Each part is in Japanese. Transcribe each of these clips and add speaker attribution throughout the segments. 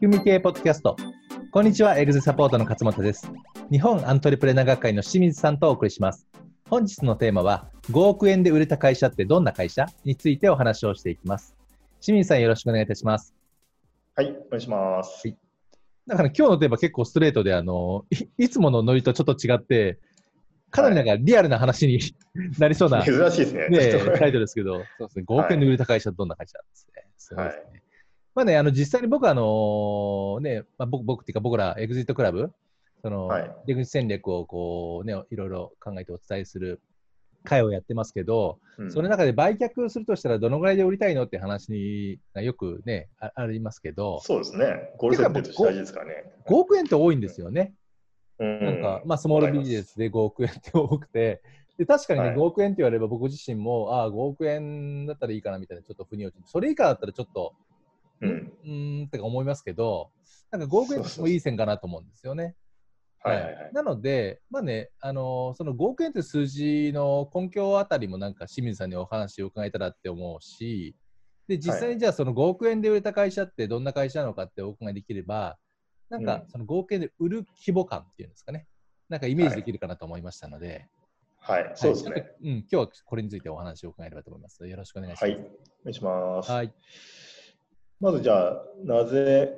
Speaker 1: 組系ポッドキャストこんにちはエグゼサポートの勝本です日本アントレプレナー学会の清水さんとお送りします本日のテーマは5億円で売れた会社ってどんな会社についてお話をしていきます清水さんよろしくお願いいたします
Speaker 2: はい、お願いします。
Speaker 1: はいだから今日のテーマ結構ストレートであのいいつものノリとちょっと違ってかなりなんかリアルな話に なりそうな、ね、
Speaker 2: 珍しいですね。ちょっと
Speaker 1: タイトルですけど、そうですね、5億円で売れた会社ってどんな会社なんですね。そうですね
Speaker 2: はい
Speaker 1: まあね、あの実際に僕はあのね、まあ、僕僕っていうか僕らエグジットクラブその、
Speaker 2: はい
Speaker 1: 出口戦略をこうねいろいろ考えてお伝えする会をやってますけど、
Speaker 2: うん
Speaker 1: その中で売却するとしたらどのぐらいで売りたいのって話がよくねあありますけど
Speaker 2: そうですね。ゴールセットとして大事ですからね。
Speaker 1: 5億円って多いんですよね、
Speaker 2: う
Speaker 1: なんかまあスモールビジネスで5億円って多くてで確かにね、
Speaker 2: はい
Speaker 1: 5億円って言われれば僕自身もああ5億円だったらいいかなみたいなちょっと腑に落ちてそれ以下だったらちょっと
Speaker 2: うん。
Speaker 1: うーんってか思いますけど、なんか5億円もいい線かなと思うんですよね。
Speaker 2: はいはいはい。
Speaker 1: なので、まあね、あのーその5億円という数字の根拠あたりもなんか清水さんにお話を伺えたらって思うし、で実際
Speaker 2: は
Speaker 1: にじゃあその5億円で売れた会社ってどんな会社なのかってお伺いできれば、なんか
Speaker 2: うん
Speaker 1: その5億円で売る規模感っていうんですかね、なんかイメージできるかなと思いましたので、
Speaker 2: はい、
Speaker 1: はい
Speaker 2: そうです
Speaker 1: なん
Speaker 2: ね
Speaker 1: か。うん、今日はこれについてお話を伺えればと思います。よろしくお願いしま
Speaker 2: は
Speaker 1: す。
Speaker 2: い、お願いします。
Speaker 1: はい
Speaker 2: まずじゃあ、なぜ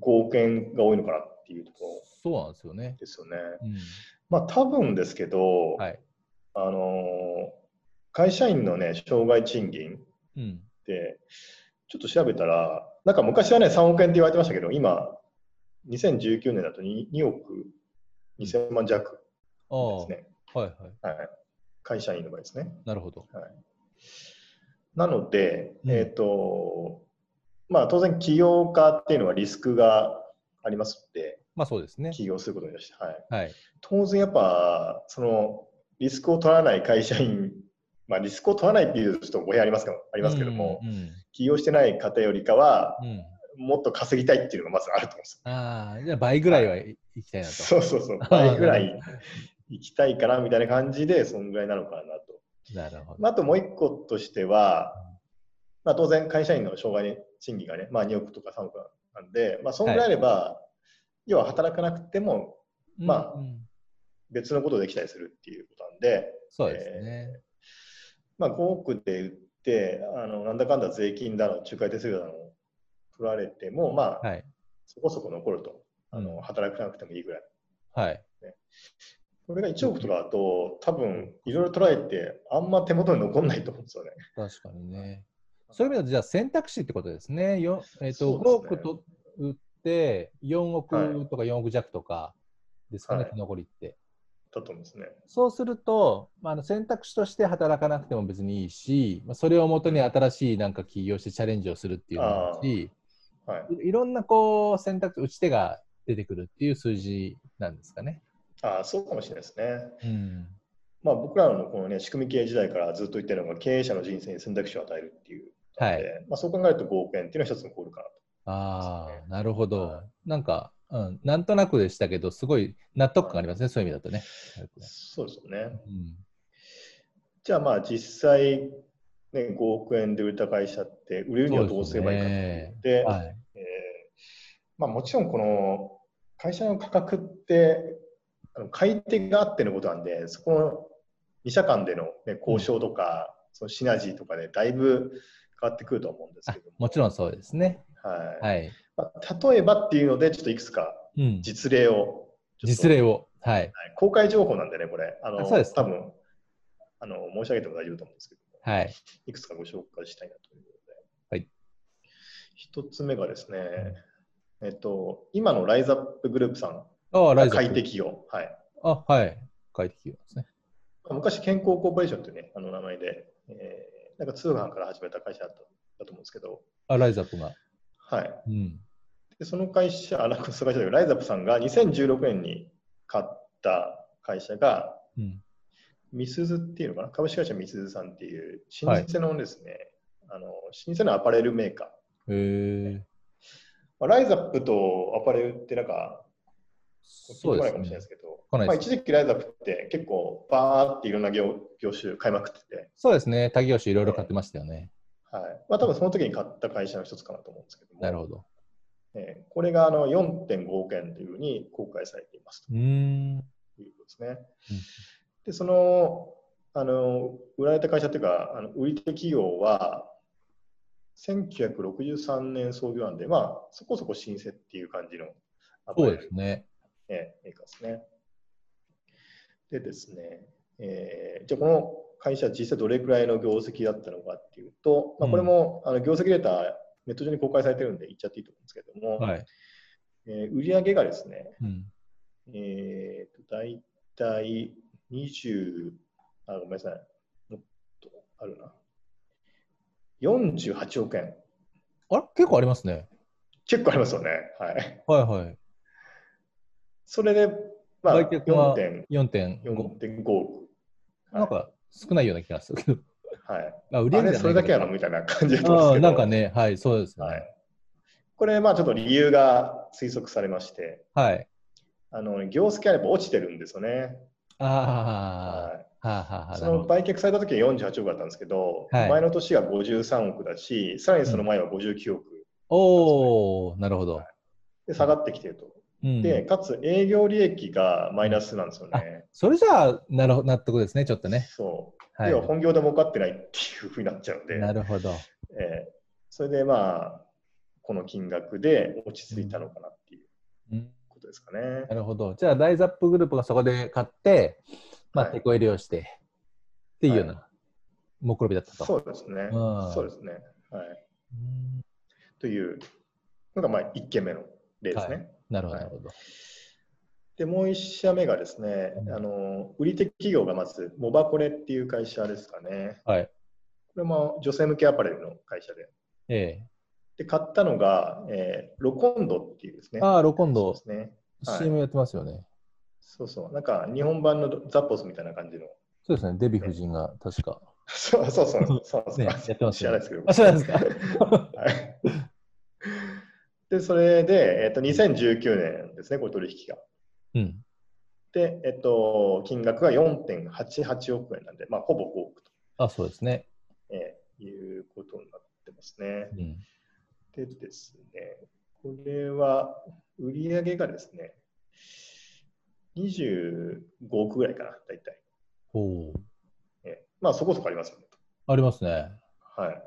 Speaker 2: 5億円が多いのかなっていうところ
Speaker 1: そうなんですよね。
Speaker 2: ですよね。
Speaker 1: うん、
Speaker 2: まあ、多分ですけど、
Speaker 1: はい。
Speaker 2: あのー会社員のね、障害賃金っ
Speaker 1: うん。
Speaker 2: て、ちょっと調べたら、なんか昔はね、3億円って言われてましたけど、今、2019年だと 2, 2億2000万弱
Speaker 1: ああ、
Speaker 2: ですね。
Speaker 1: はいはい。
Speaker 2: はい、会社員の場合ですね。
Speaker 1: なるほど。
Speaker 2: なので、
Speaker 1: うん
Speaker 2: えっ、と、まあ当然起業家っていうのはリスクがありますので、
Speaker 1: まあそうですね。
Speaker 2: 起業することに対して、はい。
Speaker 1: はい。
Speaker 2: 当然やっぱ、そのリスクを取らない会社員、まあリスクを取らないっていうとちょっと語弊ありますけどあ
Speaker 1: い
Speaker 2: りますけども、
Speaker 1: うん。
Speaker 2: 起業してない方よりかは、
Speaker 1: うんうん
Speaker 2: もっと稼ぎたいっていうのがまずあると思うんですよ。
Speaker 1: ああ、じゃあ倍ぐらいはい行きたいなと。
Speaker 2: そう そうそう、倍ぐらい行きたいかなみたいな感じで、そんぐらいなのかなと。
Speaker 1: なるほど。
Speaker 2: まあ、あともう一個としては、まあ、当然会社員の障害賃金がね、まあ、2億とか3億なんで、まあ、そんぐらいあれば、要は働かなくてもまあ
Speaker 1: うんうん
Speaker 2: 別のことできたりするっていうことなんで、
Speaker 1: そうですね。
Speaker 2: まあ、5億で売ってあのなんだかんだ税金だの仲介手数料だの取られても、まあ
Speaker 1: はい。
Speaker 2: そこそこ残るとあ
Speaker 1: う
Speaker 2: の
Speaker 1: ん
Speaker 2: 働かなくてもいいぐらい。
Speaker 1: はい。
Speaker 2: これが1億とかだと、多分いろいろ取られて、あんま手元に残んないと思うんですよね。
Speaker 1: 確かにね。そういう意味だと、じゃあ選択肢ってことですね。よえっ、と、
Speaker 2: そう
Speaker 1: 5
Speaker 2: ですね
Speaker 1: 億と売って、4
Speaker 2: はい
Speaker 1: 億とか4億弱とかですかね、
Speaker 2: はい
Speaker 1: 残りって。
Speaker 2: だと思うんですね。
Speaker 1: そうすると、まあ、あの選択肢として働かなくても別にいいし、まあ、それをもとに新しいなんか起業してチャレンジをするっていうのもあるし、
Speaker 2: はい、
Speaker 1: いいろんなこう選択打ち手が出てくるっていう数字なんですかね。
Speaker 2: ああそうかもしれないですね。
Speaker 1: うん、
Speaker 2: まあ、僕らのこの、ね、仕組み系時代からずっと言ってるのが経営者の人生に選択肢を与えるっていうの
Speaker 1: は
Speaker 2: で、
Speaker 1: い。
Speaker 2: まあ、そう考えると5億円っていうのは一つのゴールかなと。
Speaker 1: あ
Speaker 2: そうです
Speaker 1: あ、なるほど
Speaker 2: は。
Speaker 1: なんか、うん、なんとなくでしたけど、すごい納得感ありますね、そういう意味だとね。
Speaker 2: そうですよね。
Speaker 1: うん、
Speaker 2: じゃあまあ実際、ね、5億円で売れた会社って売れるにはどうすればいいかっていうので
Speaker 1: はい。
Speaker 2: えーまあ、もちろんこの会社の価格ってあの買い手があってのことなんでそこの2社間での、ね、交渉とか、そのシナジーとかでだいぶ変わってくると思うんです
Speaker 1: あ
Speaker 2: けども
Speaker 1: もちろんそうですね。
Speaker 2: はい
Speaker 1: はい。
Speaker 2: まあ、例えばっていうので、ちょっといくつか
Speaker 1: うん、
Speaker 2: 実例を。ちょっと
Speaker 1: 実例を。はい。
Speaker 2: はい公開情報なんでね、これ。あの
Speaker 1: あそうです
Speaker 2: 多分あの申し上げても大丈夫と思うんですけど、
Speaker 1: はい。
Speaker 2: いくつかご紹介したいなということで。
Speaker 1: はい。
Speaker 2: 一つ目がですね、えっと、今のライズアップグループさん、
Speaker 1: ああ、ライズアップ
Speaker 2: 快。適業。はい。
Speaker 1: あ、はい。快適業ですね。
Speaker 2: 昔、健康コーポレーションっていうね、あの名前で、えーなんか通販から始めた会社だっただと思うんですけど、
Speaker 1: あ、ライズアップが。
Speaker 2: はい。
Speaker 1: うん。
Speaker 2: でその会社、あなんかその会社だけどライズアップさんが2016年に買った会社が、
Speaker 1: うん。
Speaker 2: みすずっていうのかな、株式会社みすずさんっていう、老舗のですね、あの老舗のアパレルメーカー、
Speaker 1: へえ。
Speaker 2: まあ、ライズアップとアパレルってなんか、
Speaker 1: そ
Speaker 2: 聞
Speaker 1: う
Speaker 2: いてこな
Speaker 1: で
Speaker 2: いかもし
Speaker 1: す
Speaker 2: れな
Speaker 1: ね
Speaker 2: いです。けど、
Speaker 1: 来ない
Speaker 2: まあ、
Speaker 1: です
Speaker 2: 一時期ライズアップって結構、バーっていろんな業業種買いまくってて、
Speaker 1: そうですね。他業種いろいろ買ってましたよね。
Speaker 2: はいまあ多分その時に買った会社の一つかなと思うんですけども、
Speaker 1: なるほど。
Speaker 2: えーこれがあの4.5億円というふうに公開されています
Speaker 1: うーん。
Speaker 2: ということですね。で、その、あの、売られた会社というか、あの売り手企業は、1963年創業なんで、まあ、そこそこ老舗っていう感じの、
Speaker 1: そうですね。
Speaker 2: ええメーカーですね。でですね、えーじゃあこの会社、実際どれくらいの業績だったのかっていうと、ま
Speaker 1: う
Speaker 2: あ、
Speaker 1: ん
Speaker 2: これも、あの業績データ、ネット上に公開されてるんで言っちゃっていいと思うんですけども、
Speaker 1: はい。
Speaker 2: えー売上がですね、
Speaker 1: うん。
Speaker 2: えーと、大体20、あ、ごめんなさい、もっとあるな。48億円。
Speaker 1: あれ結構ありますね。
Speaker 2: 結構ありますよね。はい。
Speaker 1: はいはい。
Speaker 2: それで、まあ、
Speaker 1: 売却は
Speaker 2: 4.5
Speaker 1: 4.5。
Speaker 2: 4.5億。
Speaker 1: なんか少ないような気がするけど。
Speaker 2: はい。
Speaker 1: あ、売り
Speaker 2: あ
Speaker 1: 上げ
Speaker 2: れ、それだけやのみたいな感じだと思うんです
Speaker 1: あ
Speaker 2: け
Speaker 1: あ、
Speaker 2: ど。
Speaker 1: なんかね、はい、そうですね。
Speaker 2: はい。これ、まあ、ちょっと理由が推測されまして、
Speaker 1: はい。
Speaker 2: あの、業績がやっぱ落ちてるんですよね。
Speaker 1: あ
Speaker 2: はい。
Speaker 1: あ、はあはあ、
Speaker 2: そ
Speaker 1: なる
Speaker 2: の
Speaker 1: ほど。
Speaker 2: 売却された時は48億だったんですけど、
Speaker 1: はい
Speaker 2: 前の年が53億だし、さらにその前は59億
Speaker 1: おお、なるほど。
Speaker 2: で下がってきてると。
Speaker 1: うん。
Speaker 2: で、かつ営業利益がマイナスなんですよね。
Speaker 1: それじゃあ、なるほど、納得ですね、ちょっとね。
Speaker 2: そう。
Speaker 1: は。
Speaker 2: 要はい本業で儲かってないっていうふうになっちゃうんで、
Speaker 1: なるほど。
Speaker 2: えーそれでまあ、この金額で落ち着いたのかなっていう
Speaker 1: うん
Speaker 2: ことですかね。
Speaker 1: なるほど。じゃあ、ライズアップグループがそこで買って、まあ、
Speaker 2: はい
Speaker 1: 手こ入れをして、っていうよう
Speaker 2: は
Speaker 1: な目論見だったと。
Speaker 2: そうですね
Speaker 1: うん。
Speaker 2: そうですね。はい。
Speaker 1: うん
Speaker 2: というのがまあ1件目の例ですね。
Speaker 1: はなるほど、
Speaker 2: は
Speaker 1: ないるほど。
Speaker 2: で、もう1社目がですね、
Speaker 1: うん
Speaker 2: あの、売り手企業がまず、モバコレっていう会社ですかね。
Speaker 1: はい。
Speaker 2: これも女性向けアパレルの会社で。
Speaker 1: え
Speaker 2: で、買ったのが、えーロコンドっていうですね。
Speaker 1: え。ああ、ロコン
Speaker 2: そう
Speaker 1: ド
Speaker 2: で、すね。はい
Speaker 1: CM やってますよね。
Speaker 2: そうそう。なんか、日本版のザポスみたいな感じの。
Speaker 1: そうですね、デヴィ夫人が確か。
Speaker 2: そうそうそう。そうそう
Speaker 1: ねやってます
Speaker 2: 知ら
Speaker 1: よ
Speaker 2: な
Speaker 1: ね
Speaker 2: いですけど。
Speaker 1: あ、そうなんですか。
Speaker 2: はい。で、それで、えっと、2019年ですね、これ取引が。
Speaker 1: うん。
Speaker 2: で、えっと、金額が4.88億円なんで、まあ、ほぼ5億と、
Speaker 1: あ、そうですね。
Speaker 2: えーいうことになってますね
Speaker 1: う。ん。
Speaker 2: でですね、これは売上がですね、25億ぐらいかな、大体。
Speaker 1: ほう。
Speaker 2: えーまあ、そこそこありますよね。
Speaker 1: ありますね。
Speaker 2: はい。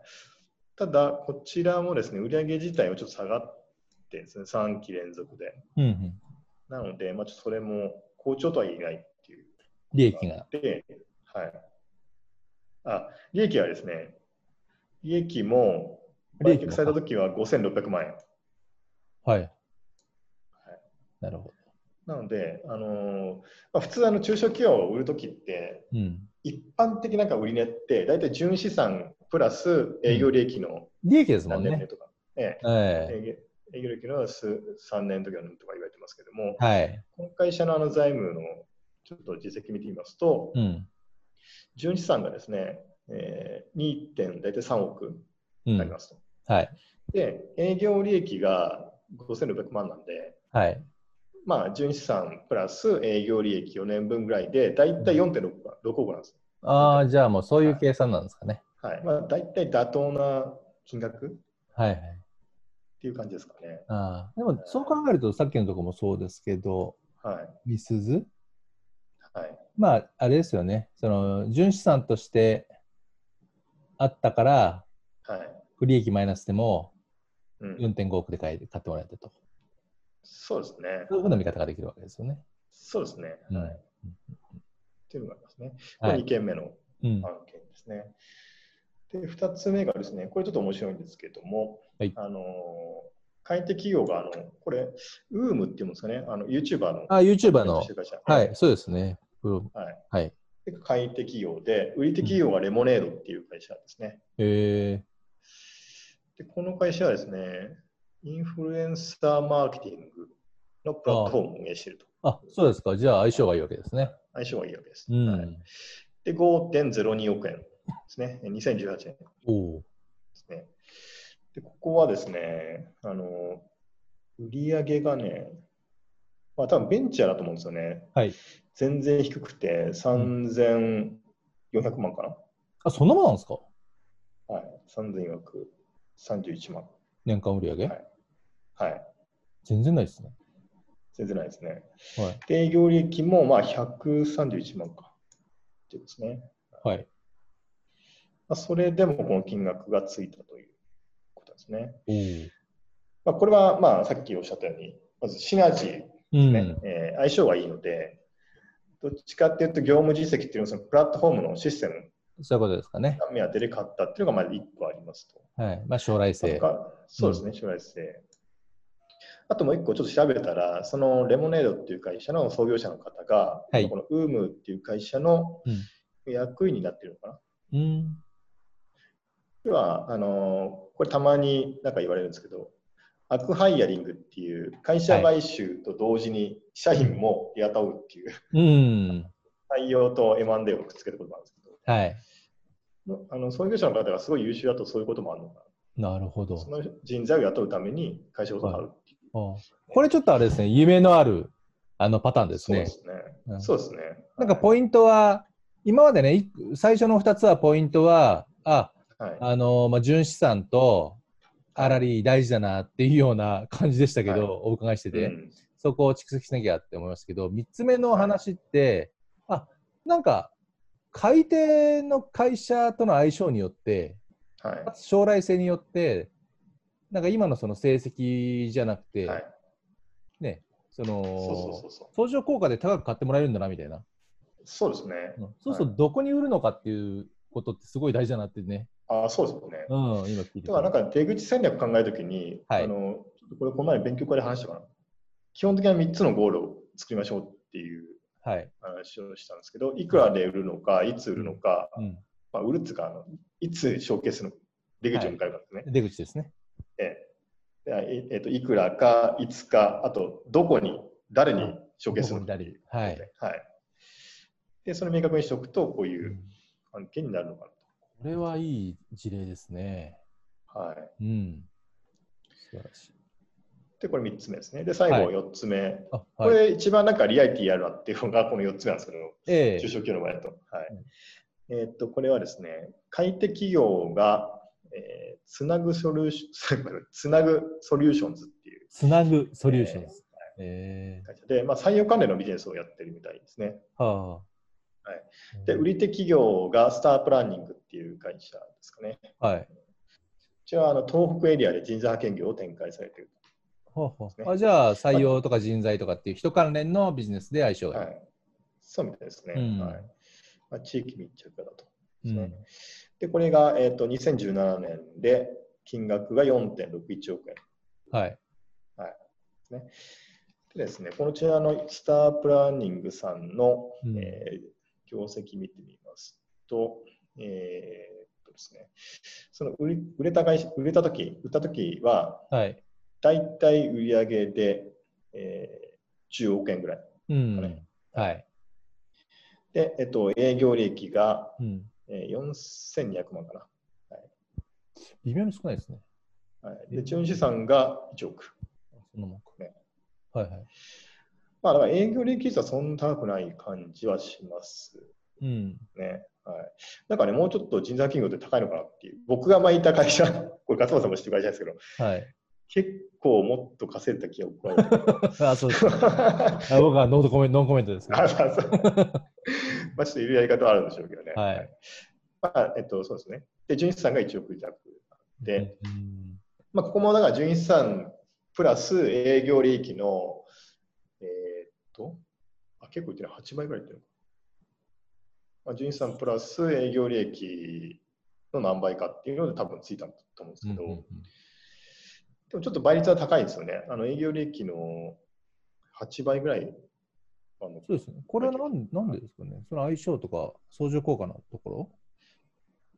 Speaker 2: ただ、こちらもですね、売上自体はちょっと下がってですね、3期連続で。
Speaker 1: うん、うん。
Speaker 2: なので、まあ、ちょっとそれも好調とは言えないっていう。
Speaker 1: 利益が。
Speaker 2: で、はい。あ、利益はですね、利益も、
Speaker 1: 利
Speaker 2: 売
Speaker 1: 益も
Speaker 2: 却されたときは5600万円。
Speaker 1: はい。なるほ
Speaker 2: なので、あのーまあ、普通あの中小企業を売るときって、
Speaker 1: ど。うん。
Speaker 2: 一般的なんか売り値って、大体純資産プラス営業利益の
Speaker 1: 利益ですも
Speaker 2: 何
Speaker 1: ん
Speaker 2: 年目
Speaker 1: ね。
Speaker 2: とか、ええ
Speaker 1: え
Speaker 2: 営業営業利益の数3年とか4年とか言われてますけども
Speaker 1: え、はい。
Speaker 2: この会社のあの財務のちょっと実績見てみますと、
Speaker 1: うん。
Speaker 2: 純資産がですね、えー、2. 点大体3億
Speaker 1: う
Speaker 2: になり
Speaker 1: ん。
Speaker 2: ますと。
Speaker 1: はい。
Speaker 2: で、営業利益が5600万なんで、
Speaker 1: はい。
Speaker 2: まあ、純資産プラス営業利益4年分ぐらいで、だいたい4.6億なんですよ。
Speaker 1: ああ、じゃあもうそういう計算なんですかね。
Speaker 2: はい。まあ、だいたい妥当な金額っ
Speaker 1: はいはい。
Speaker 2: ていう感じですかね。
Speaker 1: ああでもそう考えると、さっきのとこもそうですけど、
Speaker 2: はい。
Speaker 1: みすず、
Speaker 2: はい。
Speaker 1: まあ、あれですよね、その純資産としてあったから、
Speaker 2: はい。
Speaker 1: 不利益マイナスでも
Speaker 2: うん、
Speaker 1: 4.5億で買い買ってもらえたと。
Speaker 2: そうですね。
Speaker 1: そういうふうな見方ができるわけですよね。
Speaker 2: そうですね。
Speaker 1: うん
Speaker 2: はい。っていうのがありますね。これ
Speaker 1: は
Speaker 2: 2
Speaker 1: い。
Speaker 2: 件目の
Speaker 1: うん。
Speaker 2: 案件ですね。で、2つ目がですね、これちょっと面白いんですけども、
Speaker 1: はい
Speaker 2: あのー買い手企業があの、これ、ウームっていうんですかね、あの YouTuber の
Speaker 1: あ、YouTuber の
Speaker 2: して。る会社
Speaker 1: はい、そうですね。プロ
Speaker 2: はい
Speaker 1: はい。
Speaker 2: で買い手企業で、売り手企業がレモネードっていう会社ですね。
Speaker 1: え
Speaker 2: で、この会社はですね、インフルエンサーマーケティングのプラットフォームを運営していると。
Speaker 1: ー、あ、そうですか。じゃあ相性がいいわけですね。
Speaker 2: 相性がいいわけです。
Speaker 1: うん。
Speaker 2: はいで、5.02億円ですね。2018年で
Speaker 1: おお。
Speaker 2: すね。で、ここはですね、あの、売り上げがね、まあ多分ベンチャーだと思うんですよね。
Speaker 1: はい。
Speaker 2: 全然低くて3400万かな。
Speaker 1: あ、そんなもんなんですか
Speaker 2: はい。3431万。
Speaker 1: 年間売上、
Speaker 2: はい。はい。
Speaker 1: 全然ないですね。
Speaker 2: 全然ないですね。
Speaker 1: はい。
Speaker 2: で、営業利益もまあ131万か。ってことですね。
Speaker 1: はい。
Speaker 2: まあ、それでもこの金額がついたということですね。
Speaker 1: おー
Speaker 2: まあ、これはまあさっきおっしゃったように、まずシナジー
Speaker 1: うん。
Speaker 2: ねえー相性がいいので、どっちかっていうと、業務実績っていうのは、そのプラットフォームのシステム
Speaker 1: そういうことですかね。
Speaker 2: が目当てで買ったっていうのがまず1個ありますと。
Speaker 1: はい。まあ、将来
Speaker 2: あと
Speaker 1: 性。
Speaker 2: かそうですね、将来性。あともう1個ちょっと調べたら、そのレモネードっていう会社の創業者の方が、
Speaker 1: はい
Speaker 2: このウームっていう会社の
Speaker 1: うん
Speaker 2: 役員になってるのかな。
Speaker 1: うん。
Speaker 2: では、あのーこれたまになんか言われるんですけど、アクハイヤリングっていう会社買収と同時に社員も雇う っていう
Speaker 1: うん。
Speaker 2: 採用と M&A をくっつけたことなんですけど
Speaker 1: はい。
Speaker 2: の、あの創業者の方がすごい優秀だとそういうこともあるのか
Speaker 1: なるほ
Speaker 2: な、
Speaker 1: ど。
Speaker 2: その人材を雇うために会社を買うっていう、
Speaker 1: あこれちょっとあれですね、夢のあるあのパターンです
Speaker 2: そう
Speaker 1: ね
Speaker 2: で。すね、
Speaker 1: うん
Speaker 2: そうですね、
Speaker 1: なんかポイントは、今までね、い最初の2つはポイントは、あ、
Speaker 2: はい、
Speaker 1: あのまあ、純資産とあらり大事だなっていうような感じでしたけど、
Speaker 2: はい
Speaker 1: お伺いしてて、
Speaker 2: うん
Speaker 1: そこを蓄積しなきゃって思いますけど、3つ目の話って、あ、なんか、買い手の会社との相性によって、
Speaker 2: はい
Speaker 1: かつ将来性によって、なんか今のその成績じゃなくて、
Speaker 2: はい、
Speaker 1: ね、そ
Speaker 2: そうそう
Speaker 1: の
Speaker 2: そうそう、
Speaker 1: 相乗効果で高く買ってもらえるんだなみたいな、
Speaker 2: そうですね、
Speaker 1: そうする
Speaker 2: は
Speaker 1: とどこに売るのかっていうことってすごい大事だなってね、
Speaker 2: あそうですよね。
Speaker 1: うん、今聞いて
Speaker 2: だから
Speaker 1: た
Speaker 2: なんか出口戦略考えるときに、
Speaker 1: はい
Speaker 2: あのちょっとこれ、この前勉強会で話したかな。基本的な3つのゴールを作りましょうっていう
Speaker 1: はい、
Speaker 2: 話をしたんですけど、いくらで売るのか、いつ売るのか、
Speaker 1: うん、
Speaker 2: まあ、売るっていうかあの、いつショーケースの出口を迎えるかですね。
Speaker 1: 出口ですね。
Speaker 2: ええええっといくらか、いつか、あと、どこに、誰に承継するのか
Speaker 1: どこに誰に
Speaker 2: はい。で、それを明確にしておくと、こう
Speaker 1: う
Speaker 2: いうん案件になるのか
Speaker 1: これはいい事例ですね。
Speaker 2: なと。はい。
Speaker 1: うん。素晴らしい。
Speaker 2: で、これ3つ目ですね。で、最後
Speaker 1: は
Speaker 2: 4つ目。
Speaker 1: あ、
Speaker 2: こ
Speaker 1: はい。
Speaker 2: れ一番なんかリアリティあるなっていうのがこの4つ目なんですけど、
Speaker 1: え
Speaker 2: 中小企業の場合だと。はい
Speaker 1: うん。
Speaker 2: えーっと、これはですね、買い手企業が、えーつなぐソリューション、 つなぐソリューションズっていう
Speaker 1: つなぐソリューションです。え
Speaker 2: 会社で、まあ、採用関連のビジネスをやってるみたいですね。
Speaker 1: ー、はあ。
Speaker 2: はいで、売り手企業がスタープランニングっていう会社ですかね。
Speaker 1: はい。
Speaker 2: うちはあの東北エリアで人材派遣業を展開されている。
Speaker 1: ほうほうあじゃあ、採用とか人材とかっていう人関連のビジネスで相性が
Speaker 2: はい
Speaker 1: い。
Speaker 2: い。そうみたいですね。
Speaker 1: うん
Speaker 2: はいまあ、地域密着だと。
Speaker 1: うん
Speaker 2: で、これが、えー、と2017年で金額が4.61億円
Speaker 1: はい。
Speaker 2: でですね、こちらのスタープランニングさんの、
Speaker 1: うん
Speaker 2: えー業績見てみますと、えーっとですね、その売り売れた会社売れた時売った時は、
Speaker 1: はい。
Speaker 2: だいたい売上で、えー10億円ぐらい。
Speaker 1: うん。はい。
Speaker 2: で、えっと、営業利益が、
Speaker 1: うん。
Speaker 2: えー4200万か
Speaker 1: 微妙に少ないですね。
Speaker 2: な。はい、で、純資産が1億。
Speaker 1: そのもんか
Speaker 2: ね
Speaker 1: はいはい。
Speaker 2: まあ、だから営業利益率はそんな高くない感じはします
Speaker 1: うん。
Speaker 2: ね。はい、なんかね、もうちょっと人材企業って高いのかなっていう、僕が前いた会社、 これ、勝間さんも知ってる会社ですけど、
Speaker 1: はい。
Speaker 2: 結構もっと稼い だ記憶がある。
Speaker 1: あ、そうです。あ僕はノートコメント、ノンコメントですけど。
Speaker 2: あそうそうまあ、ちょっといるやり方はあるんでしょうけどね。
Speaker 1: はい
Speaker 2: まあ、えっと、そうですね。で、純資産が1億弱。で、
Speaker 1: うん
Speaker 2: まあ、ここもだから純資産プラス営業利益の、えーっと、あ、結構いってる、8倍ぐらいいってるのか。まあ、純資産プラス営業利益の何倍かっていうので多分ついたと思うんです
Speaker 1: う
Speaker 2: け
Speaker 1: ん
Speaker 2: ど、
Speaker 1: うん
Speaker 2: でもちょっと倍率は高いんですよね。あの営業利益の8倍ぐらいあの
Speaker 1: そうですね。これはなんなんでですかね。その相性とか相乗効果のところ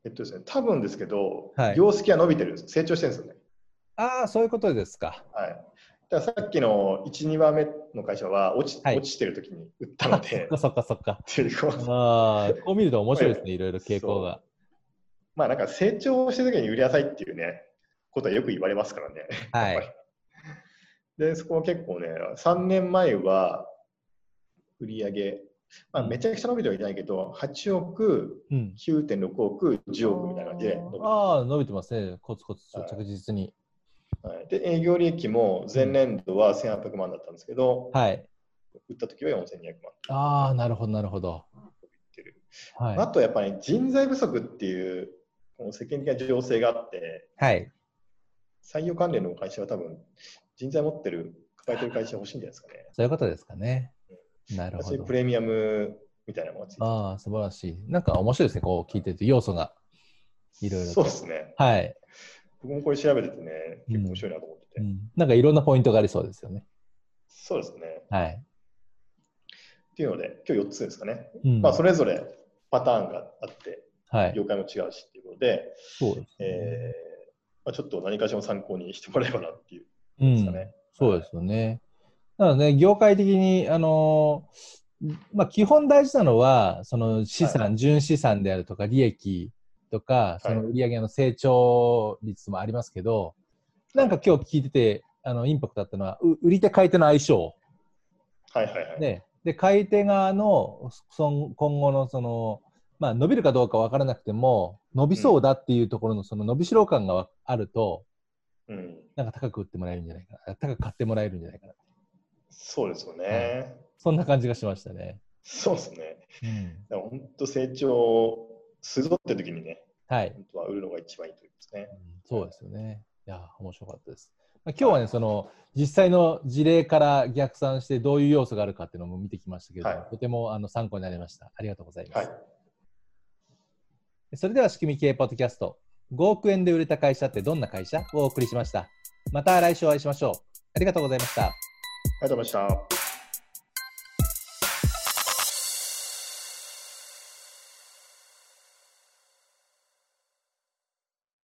Speaker 2: えっとですね、多分ですけど、
Speaker 1: はい
Speaker 2: 業績は伸びてるんです、成長してるんですよね。
Speaker 1: ああ、そういうことですか。
Speaker 2: はい、だからさっきの1、2番目の会社は落ち,、
Speaker 1: はい
Speaker 2: 落ちてる時に売ったの
Speaker 1: そっ
Speaker 2: で、
Speaker 1: かそっかそっか。
Speaker 2: っていうこう
Speaker 1: ああ、こう見ると面白いですね。いろいろ傾向が。
Speaker 2: まあなんか成長してる時に売りなさいっていうね、ことはよく言われますからね。
Speaker 1: は
Speaker 2: やっぱ
Speaker 1: い。
Speaker 2: りで、そこは結構ね、3年前は売り上げ、まあ、めちゃくちゃ伸びてはいないけど、8億、
Speaker 1: うん。
Speaker 2: 9.6億、10億みたいな感じで伸びてる
Speaker 1: ああ、伸びてますね。コツコツと
Speaker 2: はい
Speaker 1: 着実に。
Speaker 2: はい、で、営業利益も前年度は1800万だったんですけど、
Speaker 1: はい。
Speaker 2: 売った時は4200万売
Speaker 1: ああ、なるほど、なるほど。
Speaker 2: ってる。
Speaker 1: はい。
Speaker 2: あとやっぱり人材不足っていう、この世間的な情勢があって、
Speaker 1: はい。
Speaker 2: 採用関連の会社は多分、人材持ってる、抱えてる会社欲しいんじゃないですかね。
Speaker 1: そういうことですかね。なる
Speaker 2: そ
Speaker 1: ほ
Speaker 2: ういう
Speaker 1: ど
Speaker 2: プ。レミアムみたいなものがついてる
Speaker 1: ああ、素晴らしい。なんか面白いですね、こう聞いてると、要素がいろいろ
Speaker 2: そう
Speaker 1: と
Speaker 2: で。すね。
Speaker 1: はい、
Speaker 2: 僕もこれ調べててね、結構面白いなと思ってて。
Speaker 1: うん。なんかいろんなポイントがありそうですよね。
Speaker 2: そうですね。
Speaker 1: はい。
Speaker 2: っていうので、今日4つですかね。
Speaker 1: うん、
Speaker 2: まあ、それぞれパターンがあって、
Speaker 1: はい。
Speaker 2: 業界も違うしっていうことで、
Speaker 1: そうです、
Speaker 2: え
Speaker 1: ね
Speaker 2: ーまあ、ちょっと何かしらの参考にしてもらえばなっていう
Speaker 1: う
Speaker 2: ですか
Speaker 1: ん。
Speaker 2: ね。
Speaker 1: そうですよね。なので、業界的に、あのーまあ、基本大事なのは、その資産、純資産であるとか、利益とか、その売上の成長率もありますけど、なんか今日聞いてて、あのインパクトだったのは、う売り手買い手の相性。
Speaker 2: はいはいはい。
Speaker 1: ね、で買い手側のそん今後のその、まあ、伸びるかどうか分からなくても伸びそうだっていうところのその伸びしろ感がわあると
Speaker 2: うん、
Speaker 1: なんか高く売ってもらえるんじゃないかな高く買ってもらえるんじゃないかな
Speaker 2: そうですよね。
Speaker 1: そんな感じがしましたね。
Speaker 2: そうですね。
Speaker 1: うん、
Speaker 2: だから本当成長をするぞって時にね、
Speaker 1: はい、
Speaker 2: 本当は売るのが一番いいということですね
Speaker 1: う。んそうですよね。いや面白かったです。まあ今日はねその実際の事例から逆算してどういう要素があるかっていうのも見てきましたけど、
Speaker 2: はい
Speaker 1: とてもあの参考になりました。ありがとうございます。
Speaker 2: はい。
Speaker 1: それでは仕組み系ポッドキャスト5億円で売れた会社ってどんな会社をお送りしましたまた来週お会いしましょうありがとうございました
Speaker 2: ありがとうございました。